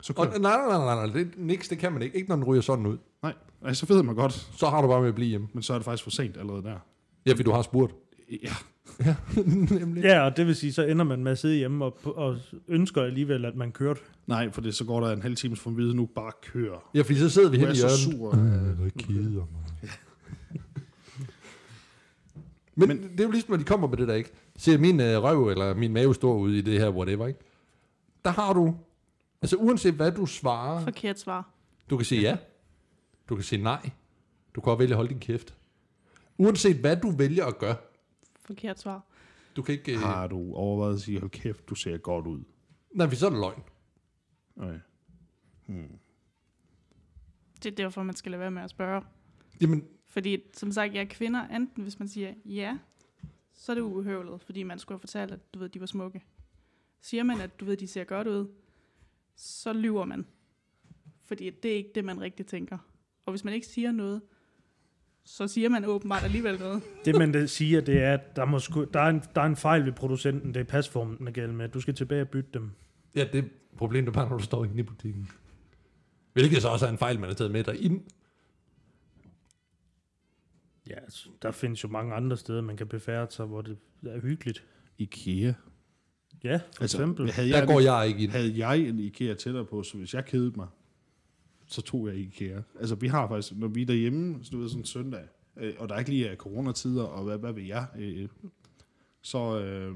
Speaker 4: Så
Speaker 1: Og,
Speaker 4: kører
Speaker 1: nej, nej, nej, nej, nej, det, niks, det kan man ikke. Ikke når den ryger sådan ud.
Speaker 4: Nej, nej, så ved man godt,
Speaker 1: Så har du bare med at blive hjemme.
Speaker 4: men så er det faktisk for sent allerede der.
Speaker 1: Ja, fordi du har spurgt.
Speaker 4: Ja,
Speaker 1: Nemlig.
Speaker 3: Ja, og det vil sige, så ender man med at sidde hjemme og, og ønsker alligevel, at man kørte.
Speaker 4: nej, for det, så går der en halv times for vide, nu bare kører.
Speaker 1: Ja, fordi så sidder vi
Speaker 4: Du
Speaker 1: henne
Speaker 4: er
Speaker 1: i
Speaker 4: så
Speaker 1: hjørnet.
Speaker 4: sur.
Speaker 1: Øh, keder mig. Men, Men
Speaker 4: Men-
Speaker 1: det er jo ligesom, når de kommer med det der, ikke? Se, min øh, røv eller min mave står ude i det her whatever, ikke? Der har du, altså uanset hvad du svarer,
Speaker 2: Forkert svar.
Speaker 1: du kan sige ja, du kan sige nej, du kan også vælge at holde din kæft. Uanset hvad du vælger at gøre,
Speaker 2: Forkert svar.
Speaker 1: du kan ikke... Øh,
Speaker 4: Har du overvejet at sige, hold kæft, du ser godt ud.
Speaker 1: nej, for så er det løgn.
Speaker 4: Okay. Hmm.
Speaker 2: Det er derfor, man skal lade være med at spørge.
Speaker 1: Jamen,
Speaker 2: Fordi som sagt, jeg er kvinder, enten hvis man siger ja, så er det uhøvlet, fordi man skulle have fortalt, at du ved, de var smukke. Siger man, at du ved, de ser godt ud, så lyver man. Fordi det er ikke det, man rigtig tænker. Og hvis man ikke siger noget, så siger man åbenbart alligevel noget.
Speaker 3: Det, man da siger, det er, at der, må sku, der, er en, der er en fejl ved producenten. Det er pasformen, den er galt med. Du skal tilbage og bytte dem.
Speaker 1: Ja, det er problemet bare, når du står inde i butikken. Hvilket så også er en fejl, man har taget med dig ind.
Speaker 3: Ja, altså, der findes jo mange andre steder, man kan befærde sig, hvor det er hyggeligt.
Speaker 4: Ikea.
Speaker 3: Ja, for altså, eksempel.
Speaker 4: havde
Speaker 1: Der går jeg ikke ind.
Speaker 4: Havde jeg en Ikea tættere på, så hvis jeg kedede mig, så tog jeg Ikea. Altså, vi har faktisk, når vi er derhjemme, så du ved, sådan en søndag, øh, og der er ikke lige er coronatider, og hvad, hvad ved jeg, øh, så, øh,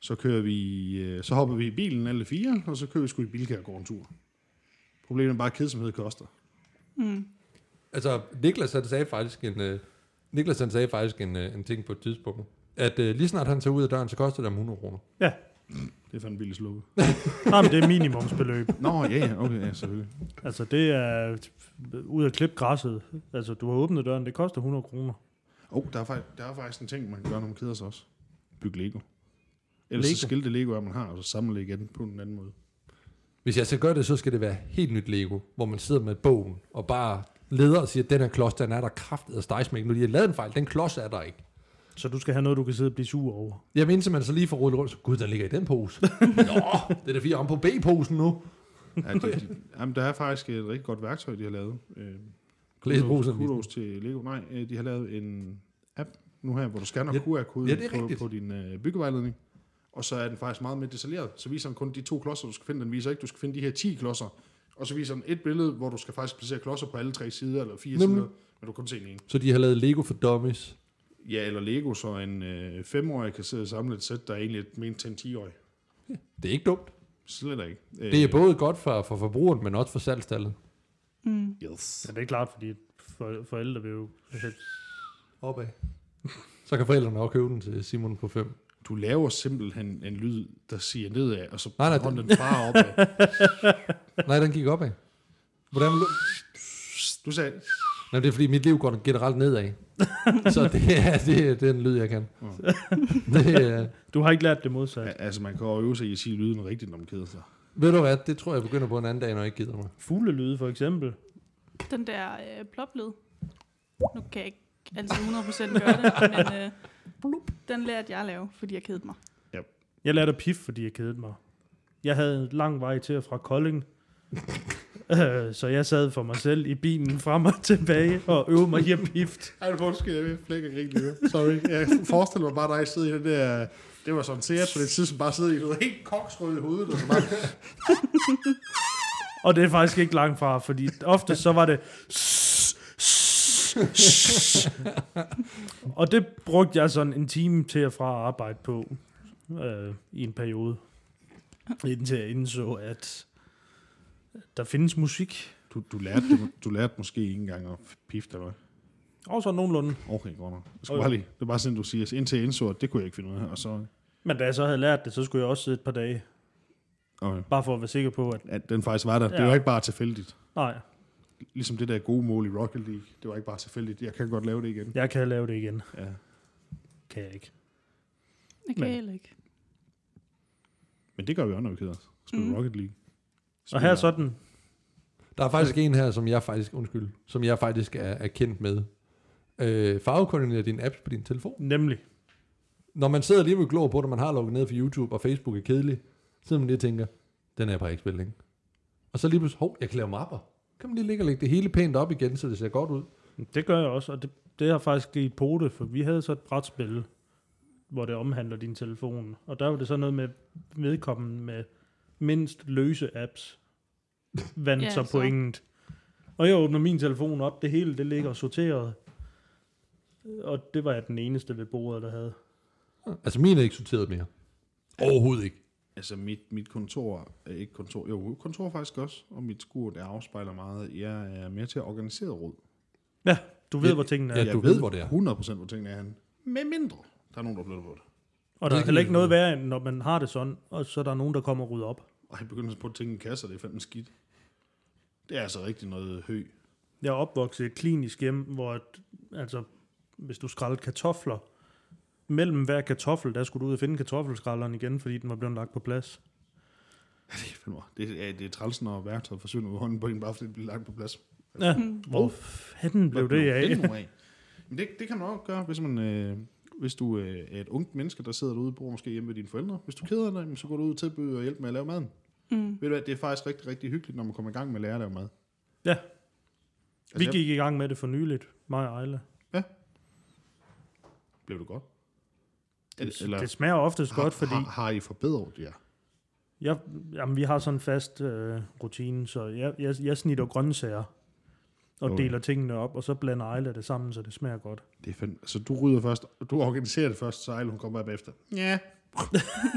Speaker 4: så kører vi, øh, så hopper vi i bilen alle fire, og så kører vi sgu i Bilka og går en tur. Problemet er bare, at kedsomhed koster.
Speaker 2: Mm.
Speaker 1: Altså, Niklas han sagde faktisk en, øh, Niklas, han sagde faktisk en, øh, en ting på et tidspunkt, at øh, lige snart han tager ud af døren, så koster det ham 100 kroner.
Speaker 4: Det er fandme billigt slukke.
Speaker 3: Nej, men det er minimumsbeløb.
Speaker 4: Nå, ja, ja, okay, ja, selvfølgelig.
Speaker 3: Altså, det er øh, ud af klippe græsset. Altså, du har åbnet døren, det koster 100 kroner.
Speaker 4: Åh, oh, der, er faktisk, der er faktisk en ting, man kan gøre, når man keder sig også. Bygge Lego. Ellers
Speaker 3: Lego?
Speaker 4: så skille det Lego, man har, og så samle det igen på en anden måde.
Speaker 1: Hvis jeg skal gøre det, så skal det være helt nyt Lego, hvor man sidder med bogen og bare leder og siger, at den her klods, den er der kraftet og stejsmæk. Nu de har lavet en fejl, den klods er der ikke.
Speaker 3: Så du skal have noget, du kan sidde og blive sur over.
Speaker 1: Jamen indtil man så lige får rullet rundt, så gud, der ligger i den pose. Nå, det er da fire om på B-posen nu.
Speaker 4: Ja, de, de, jamen, der er faktisk et rigtig godt værktøj, de har lavet. Øh,
Speaker 1: Glædeposen.
Speaker 4: kudos til Lego. Nej, øh, de har lavet en app nu her, hvor du scanner
Speaker 1: Ja,
Speaker 4: QR-koden
Speaker 1: ja, det er
Speaker 4: på,
Speaker 1: rigtigt.
Speaker 4: på din øh, byggevejledning. Og så er den faktisk meget mere detaljeret. Så viser den kun de to klodser, du skal finde. Den viser ikke, du skal finde de her 10 klodser. Og så viser den et billede, hvor du skal faktisk placere klodser på alle tre sider, eller fire
Speaker 1: Nemlig.
Speaker 4: sider, men du kan kun se den ene.
Speaker 1: Så de har lavet Lego for dummies.
Speaker 4: Ja, eller Lego, så en øh, femårig kan sidde og samle et sæt, der er egentlig er ment til en 10-årig.
Speaker 1: Det er ikke dumt.
Speaker 4: Slet ikke. Øh,
Speaker 1: Det er både godt for, for forbrugeren, men også for salgstallet.
Speaker 2: Mm.
Speaker 4: Yes.
Speaker 3: Ja, det er klart, fordi for, forældre vil jo...
Speaker 1: Opad. Så kan forældrene også købe den til Simon på 5.
Speaker 4: Du laver simpelthen en lyd, der siger nedad, og så
Speaker 1: Nej, nej,
Speaker 4: hånden den bare opad.
Speaker 1: Nej, den gik opad. Hvordan vil du...
Speaker 4: Du sagde,
Speaker 1: Nej, det er fordi, mit liv går generelt nedad. Så det er, det er den lyd, jeg kan.
Speaker 4: Mm.
Speaker 1: Det er,
Speaker 3: Du har ikke lært det modsatte.
Speaker 4: Ja, altså, man kan jo øve sig i at sige lyden rigtigt, når man keder sig.
Speaker 1: ved du hvad, det tror jeg begynder på en anden dag, når jeg ikke gider mig.
Speaker 3: Fuglelyde, for eksempel.
Speaker 2: Den der øh, ploplyd, nu kan jeg ikke altid 100% gøre det, men øh, blup, den lærte jeg at lave, fordi jeg kedede mig.
Speaker 3: Jeg lærte at pif, fordi jeg kedede mig. Jeg havde en lang vej til og fra Kolding. Øh, så jeg sad for mig selv i bilen frem og tilbage og øvede mig i at pifte.
Speaker 4: Ej, du undskyld, jeg flækker ikke lige nu. Sorry. Jeg forestiller mig bare dig sidde i den der... Det var sådan set på det tidspunkt bare sidde i noget helt koksrød i hovedet. Og så bare,
Speaker 3: Og det er faktisk ikke langt fra, fordi ofte så var det... og det brugte jeg sådan en time til og fra at arbejde på øh, i en periode. Indtil jeg indså, at der findes musik.
Speaker 4: du, du, lærte, det- du lærte måske ikke engang at pifte dig, var.
Speaker 3: Og så nogenlunde.
Speaker 4: Okay, godt nok. Jeg
Speaker 3: Åh,
Speaker 4: skal
Speaker 3: jo.
Speaker 4: bare lige, det er bare sådan, du siger, så indtil jeg indså, at det kunne jeg ikke finde ud af. Og så,
Speaker 3: Men da jeg så havde lært det, så skulle jeg også sidde et par dage.
Speaker 4: okay.
Speaker 3: Bare for at være sikker på, at
Speaker 4: At den faktisk var der. Det
Speaker 3: Ja.
Speaker 4: var ikke bare tilfældigt.
Speaker 3: nej,
Speaker 4: Ligesom det der gode mål i Rocket League. Det var ikke bare tilfældigt. Jeg kan godt lave det igen.
Speaker 3: jeg kan lave det igen.
Speaker 4: Ja.
Speaker 3: Kan jeg ikke.
Speaker 2: Det kan
Speaker 3: Men-
Speaker 2: jeg heller ikke.
Speaker 4: Men det gør vi også, når vi keder os. Spiller
Speaker 2: Mhm.
Speaker 4: Rocket League.
Speaker 3: Og her er sådan,
Speaker 1: Der er faktisk en her, som jeg faktisk, undskyld, som jeg faktisk er, er kendt med. Øh, farvekoordinere dine apps på din telefon.
Speaker 3: nemlig,
Speaker 1: Når man sidder lige med klog på, når man har lukket ned for YouTube, og Facebook er kedelig, så sidder man lige og tænker, den app har jeg ikke spillet længe. Og så lige pludselig, hov, jeg kan lave mapper. Kan man lige ligge og lægge det hele pænt op igen, så det ser godt ud.
Speaker 3: det gør jeg også, og det, det har faktisk givet pote, for vi havde så et brætspil, hvor det omhandler din telefon, og der var det så noget med vedkommende med mindst løse apps, vandt
Speaker 2: Ja,
Speaker 3: så
Speaker 2: så.
Speaker 3: pointet. Og jeg åbner min telefon op, det hele det ligger sorteret, og det var jeg den eneste ved bordet, der havde.
Speaker 1: Altså, min er ikke sorteret mere. Overhovedet ikke.
Speaker 4: Altså mit, mit kontor, øh, ikke kontor, jo kontor faktisk også, og mit skur, der afspejler meget, jeg er mere til at organisere råd.
Speaker 3: Ja, du ved,
Speaker 1: Ja,
Speaker 3: hvor tingene er.
Speaker 1: Ja,
Speaker 4: Jeg
Speaker 1: du ved, hvor det er.
Speaker 4: 100% hvor tingene er han. Med mindre, der er nogen, der flytter på det.
Speaker 3: Og der
Speaker 1: Det
Speaker 3: er
Speaker 1: kan
Speaker 3: heller
Speaker 1: vi
Speaker 3: ikke
Speaker 1: finde
Speaker 3: noget værre, end når man har det sådan, og så er der nogen, der kommer og rydder op.
Speaker 4: Og jeg begynder at putte ting i kasser, det er fandme skidt. Det er altså rigtig noget hø.
Speaker 3: Jeg er opvokset i et klinisk hjem, hvor at, altså, hvis du skrællede kartofler, mellem hver kartoffel, der skulle du ud og finde kartoffelskralderen igen, fordi den var blevet lagt på plads.
Speaker 4: Det er, fandme, det, er, det er trælsen og værktøjet forsvinder ud af hånden på en, bare fordi det bliver lagt på plads.
Speaker 3: Ja,
Speaker 2: Mm.
Speaker 3: hvor fanden blev
Speaker 4: Uh. Hvad
Speaker 3: det af?
Speaker 4: den nu af? Men det, det kan man også gøre, hvis man... Øh, hvis du øh, er et ungt menneske, der sidder derude og bor måske hjemme ved dine forældre. Hvis du keder dig, jamen, så går du ud og tilbyder og hjælper med at lave maden.
Speaker 2: Mm.
Speaker 4: Ved du hvad, det er faktisk rigtig, rigtig hyggeligt, når man kommer i gang med at lære at lave mad.
Speaker 3: Ja.
Speaker 4: Altså,
Speaker 3: Vi
Speaker 4: jeg-
Speaker 3: gik i gang med det for nyligt, mig og Ejle.
Speaker 4: Blev det godt?
Speaker 3: Det, det smager oftest godt, fordi
Speaker 4: Har, har I forbedret jer?
Speaker 3: jeg, jamen, vi har sådan en fast øh, rutine, så jeg, jeg, jeg snitter grøntsager og
Speaker 4: Okay.
Speaker 3: okay. deler tingene op, og så blander Ejle det sammen, så det smager godt.
Speaker 4: Det er fandme, så du rydder først, du organiserer det først, så Ejl, hun kommer bare bagefter. Ja. Jeg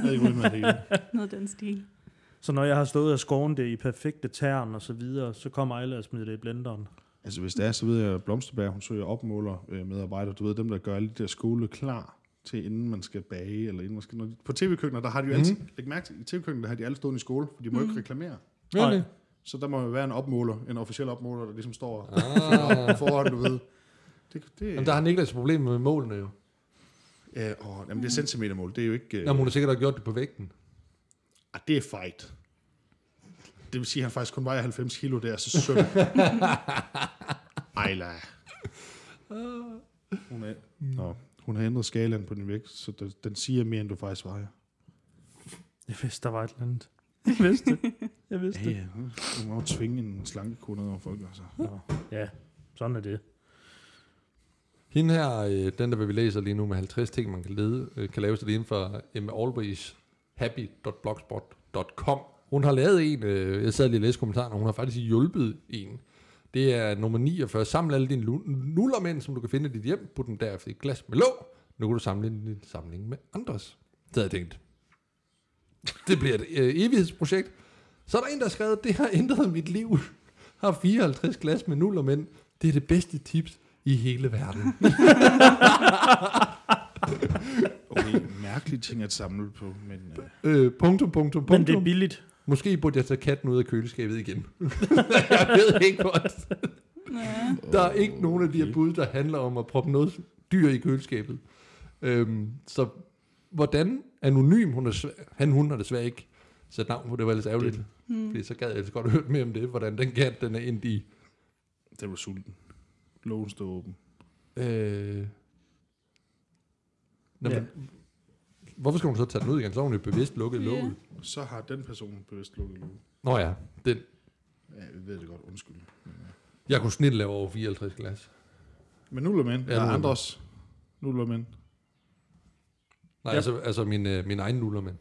Speaker 4: er ikke ude med det hele.
Speaker 2: Noget af den stil.
Speaker 3: Så når jeg har stået og skåret det i perfekte tern og så videre, så kommer Ejle og smider det i blenderen.
Speaker 4: Altså hvis det er, så ved jeg, at Blomsterberg, hun søger opmåler øh, medarbejdere, du ved, dem der gør alle de der skole klar til inden man skal bage, eller inden man skal... Når de, på tv-køkkener, der har de jo
Speaker 1: Mhm.
Speaker 4: altid... Læg mærke til, i tv-køkkener, der har de alle stående i skole, for de må jo ikke reklamere.
Speaker 1: Really?
Speaker 4: Så der må jo være en opmåler, en officiel opmåler, der ligesom står og
Speaker 1: Ah.
Speaker 4: foran, du ved. Det, det,
Speaker 1: Jamen, der har Niklas problemer med målene jo.
Speaker 4: ja, åh, jamen, det er centimetermål, det er jo ikke... øh,
Speaker 1: Jamen, hun har sikkert også gjort det på vægten.
Speaker 4: Ah, det er fight. Det vil sige, at han faktisk kun vejer 90 kilo, det er så synd. Ejla. Hun, er, nå, hun har ændret skalaen på din vægt, så den, den siger mere, end du faktisk vejer.
Speaker 3: Jeg vidste, der var et eller andet. Jeg vidste det. Jeg vidste det.
Speaker 4: ja. Hun må jo tvinge en slankekur ned over folk. Altså. Nå.
Speaker 3: Ja, sådan er det.
Speaker 1: Hende her, øh, den der vi læser lige nu med 50 ting, man kan, lede, øh, kan lave sig inden for Emma Always happy.blogspot.com. Hun har lavet en, øh, jeg sad lige og læste kommentaren, og hun har faktisk hjulpet en. Det er nummer 49. Samle alle dine lu- nullermænd, som du kan finde i dit hjem. Put dem derefter i et glas med låg. Nu kan du samle din samling med andres. Det havde jeg tænkt. Det bliver et øh, evighedsprojekt. Så er der en, der har skrevet, det har ændret mit liv. Har 54 glas med nullermænd. Det er det bedste tips i hele verden.
Speaker 4: Okay, mærkelige ting at samle på, men øh,
Speaker 1: Øh, punktum, punktum, punktum.
Speaker 3: Men det er billigt.
Speaker 1: Måske burde jeg tage katten ud af køleskabet igen. jeg ved ikke godt.
Speaker 2: Ja.
Speaker 1: Der er ikke nogen af de her bud, der handler om at proppe noget dyr i køleskabet. Øhm, så hvordan anonym, hun er svæ- han hun har desværre ikke sat navn på, det var ellers ærgerligt. Det.
Speaker 2: Mm.
Speaker 1: Fordi så gad jeg ellers godt hørt mere om det, hvordan den kat, den er endt i.
Speaker 4: det var sulten. Lågen stod åben.
Speaker 1: Øh, Nå,
Speaker 3: Ja.
Speaker 1: ja. men, hvorfor skal hun så tage den ud igen? Så har hun jo bevidst lukket
Speaker 2: Ja.
Speaker 1: yeah. låget.
Speaker 4: Så har den person bevidst lukket lågen.
Speaker 1: Nå ja, den.
Speaker 4: Ja, vi ved det godt, undskyld. Men, øh.
Speaker 1: Jeg kunne snit lave over 54 glas.
Speaker 4: men nullermænd,
Speaker 1: Ja,
Speaker 4: eller
Speaker 1: nullermænd.
Speaker 4: andres nullermænd.
Speaker 1: Nej,
Speaker 3: Ja.
Speaker 1: ja. altså, altså min, øh, min egen nullermand.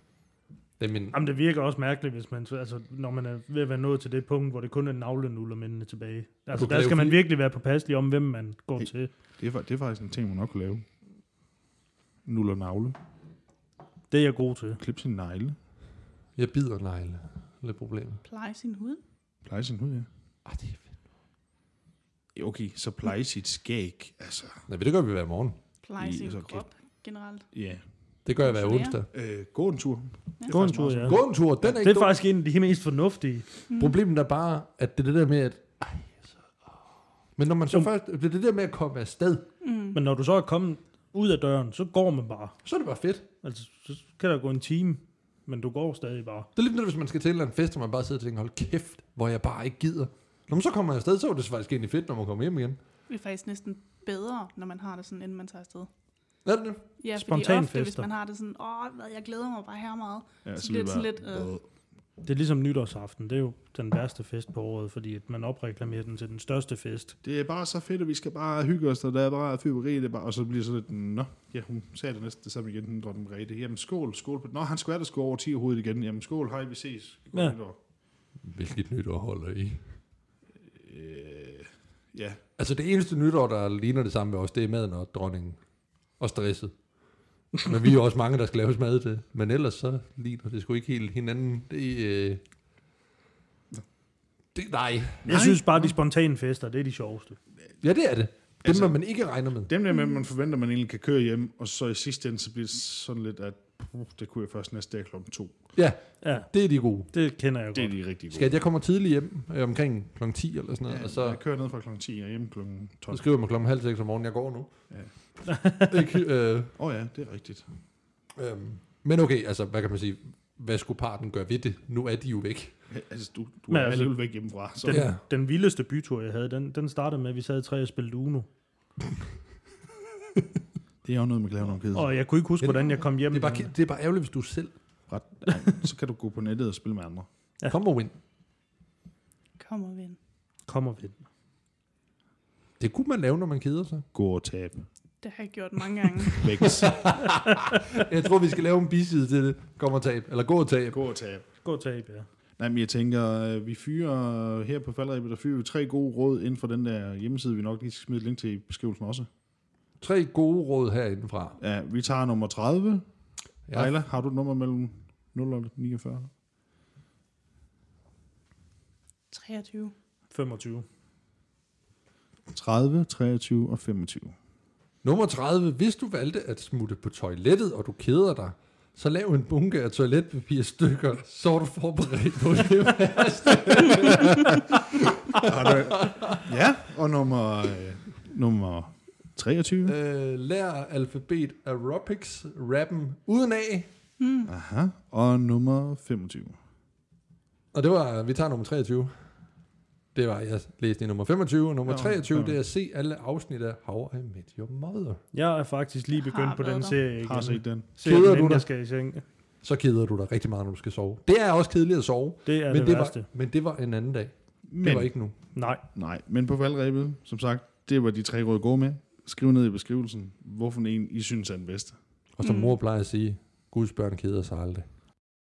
Speaker 1: Det er min,
Speaker 3: Jamen, det virker også mærkeligt, hvis man, altså, når man er ved at være nået til det punkt, hvor det kun er navlenuller mændene tilbage. Altså,
Speaker 1: Du kan
Speaker 3: der
Speaker 1: lave
Speaker 3: skal man
Speaker 1: fire-
Speaker 3: virkelig være påpasselig om, hvem man går
Speaker 4: Hey.
Speaker 3: til.
Speaker 4: Det er, fa- det er faktisk en ting, man nok kunne lave. Nuller navle.
Speaker 3: Det er jeg god til.
Speaker 4: Klip sin negle.
Speaker 1: jeg bider negle. Det er problemet.
Speaker 2: Pleje sin hud.
Speaker 4: Pleje sin hud, ja.
Speaker 1: Ej, Ah, det er fedt.
Speaker 4: Ja, Okay, så pleje sit skæg. Altså,
Speaker 1: Nej, men det gør vi hver morgen.
Speaker 2: Pleje
Speaker 4: I-
Speaker 2: sin
Speaker 4: altså,
Speaker 2: krop generelt.
Speaker 4: ja.
Speaker 1: Det gør jeg hver
Speaker 2: Flere.
Speaker 1: onsdag.
Speaker 4: Øh, gå en tur.
Speaker 2: Det er
Speaker 3: Gå en
Speaker 4: faktisk
Speaker 3: tur,
Speaker 4: meget
Speaker 3: ja.
Speaker 1: Gå en tur, den er ikke
Speaker 3: Det er
Speaker 1: dum.
Speaker 3: faktisk en af de mest fornuftige.
Speaker 1: Problemet er bare, at det er det der med, at... Ej, så... Men når man så
Speaker 3: Jo.
Speaker 1: først... Det er det der med at komme afsted,
Speaker 2: Mm.
Speaker 3: Men når du så er kommet ud af døren, så går man bare.
Speaker 1: så er det bare fedt.
Speaker 3: Altså, så kan der gå en time, men du går stadig bare.
Speaker 1: Det er lidt lidt, hvis man skal til en eller anden fest, og man bare sidder og tænker, hold kæft, hvor jeg bare ikke gider. Når man så kommer afsted, så er det faktisk egentlig fedt, når man kommer hjem igen.
Speaker 2: Det er faktisk næsten bedre, når man har det sådan, inden man tager afsted.
Speaker 1: Er det det?
Speaker 2: Ja, fordi
Speaker 3: Spontan
Speaker 2: ofte, hvis
Speaker 3: fester.
Speaker 2: man har det sådan, åh, hvad, jeg glæder mig bare her meget.
Speaker 4: Ja,
Speaker 2: Så bliver det sådan lidt, øh.
Speaker 3: Det er ligesom nytårsaften. Det er jo den værste fest på året, fordi at man opreklamerer den til den største fest.
Speaker 4: Det er bare så fedt, at vi skal bare hygge os, og der er bare fyrværkeri, det er bare, og så bliver det sådan lidt, nå, ja, hun sagde det næsten det samme igen, den dronning Margrethe. Jamen skål, skål. på- Nå, han skulle have det skulle over 10 hovedet igen. Jamen skål, hej, vi ses. Godt
Speaker 3: Ja.
Speaker 4: nytår.
Speaker 1: Hvilket nytår holder I?
Speaker 4: Øh, ja,
Speaker 1: Altså det eneste nytår, der ligner det samme ved os, det er maden og dronningen. Og stresset. Men vi er jo også mange, der skal laves mad til. Men ellers så ligner det sgu ikke helt hinanden. Det, øh... det nej.
Speaker 3: Jeg synes bare, at de spontane fester, det er de sjoveste.
Speaker 1: Ja, det er det. Dem,
Speaker 4: Altså-
Speaker 1: altså, man ikke regner med.
Speaker 4: dem der med, man forventer, man egentlig kan køre hjem, og så i sidste ende, så bliver det sådan lidt, at puh, det kunne jeg først næste dag klokken to.
Speaker 3: Ja,
Speaker 1: Det er de gode.
Speaker 3: det kender jeg
Speaker 4: Det er
Speaker 3: godt.
Speaker 4: de rigtig gode.
Speaker 1: Skat, jeg kommer tidligt hjem øh, omkring kl. 10 eller sådan noget, ja, og så,
Speaker 4: jeg kører ned fra klokken 10 og hjem klokken
Speaker 1: så
Speaker 4: 12.
Speaker 1: skriver man klokken halv seks om morgenen, jeg går nu.
Speaker 4: Ja.
Speaker 1: Ikke, øh,
Speaker 4: Åh oh, ja, det er rigtigt.
Speaker 1: øh, men okay, altså, hvad kan man sige? Hvad skulle parten gøre ved det? Nu er de jo væk.
Speaker 4: Ja, altså, du, du
Speaker 3: Men
Speaker 4: er
Speaker 3: altså-
Speaker 4: alligevel væk hjemmefra. Så.
Speaker 3: Den,
Speaker 1: Ja.
Speaker 3: ja. den vildeste bytur, jeg havde, den, den startede med, at vi sad i tre og spillede Uno.
Speaker 4: Det er jo noget med glæden om kæde.
Speaker 3: Og jeg kunne ikke huske,
Speaker 1: Ja, det-
Speaker 3: hvordan jeg kom hjem.
Speaker 1: Det er, bare, ke- det er bare ærgerligt, hvis du selv
Speaker 4: Så kan du gå på nettet og spille med andre.
Speaker 1: ja.
Speaker 3: Ja.
Speaker 1: kommer win.
Speaker 2: Kom og vind.
Speaker 3: Kom og vind.
Speaker 1: Det kunne man lave, når man keder sig.
Speaker 4: Gå og tab.
Speaker 2: Det har jeg gjort mange gange.
Speaker 4: Væk.
Speaker 1: Jeg tror, vi skal lave en biside til det. Kom og tab. Eller gå og tab.
Speaker 4: Gå og tab.
Speaker 3: Gå og tab, ja.
Speaker 4: Nej, men jeg tænker, øh, vi fyrer her på faldrebet, der fyrer vi tre gode råd inden for den der hjemmeside, vi nok lige skal smide et link til i beskrivelsen også.
Speaker 1: Tre gode råd herindefra.
Speaker 4: Ja, vi tager nummer 30. Ja.
Speaker 1: Ja.
Speaker 4: Ejla, har du et nummer mellem 0 og 49?
Speaker 2: 23.
Speaker 3: 25.
Speaker 4: 30, 23 og 25.
Speaker 1: Nummer 30. Hvis du valgte at smutte på toilettet, og du keder dig, så lav en bunke af toiletpapirstykker, så er du forberedt på det.
Speaker 4: Ja, og nummer, øh, nummer 23.
Speaker 1: øh, lær alfabet aerobics, rappen uden af.
Speaker 2: Mm.
Speaker 4: Aha, og nummer 25.
Speaker 1: Og det var, vi tager nummer 23. Det var, jeg læste i nummer 25, og nummer
Speaker 4: Ja,
Speaker 1: 23,
Speaker 4: ja.
Speaker 1: det er at se alle afsnit af How I Met Your Mother.
Speaker 3: Jeg er faktisk lige begyndt
Speaker 2: Har
Speaker 3: på den
Speaker 2: været der.
Speaker 3: serie igen.
Speaker 4: Har set den.
Speaker 3: Serien,
Speaker 1: Keder du
Speaker 3: inden
Speaker 1: dig?
Speaker 3: jeg skal i seng.
Speaker 1: Så keder du dig rigtig meget, når du skal sove. Det er også kedeligt at sove,
Speaker 3: Det er
Speaker 1: men,
Speaker 3: det,
Speaker 1: det
Speaker 3: værste.
Speaker 1: var, men det var en anden dag.
Speaker 4: Men,
Speaker 1: Det var ikke nu.
Speaker 3: Nej,
Speaker 4: Nej, men på valgrebet, som sagt, det var de tre råd at gå med. Skriv ned i beskrivelsen, hvorfor en I synes er den bedste.
Speaker 1: Og som mm.
Speaker 2: Mm.
Speaker 1: mor plejer at sige, Guds børn keder sig aldrig.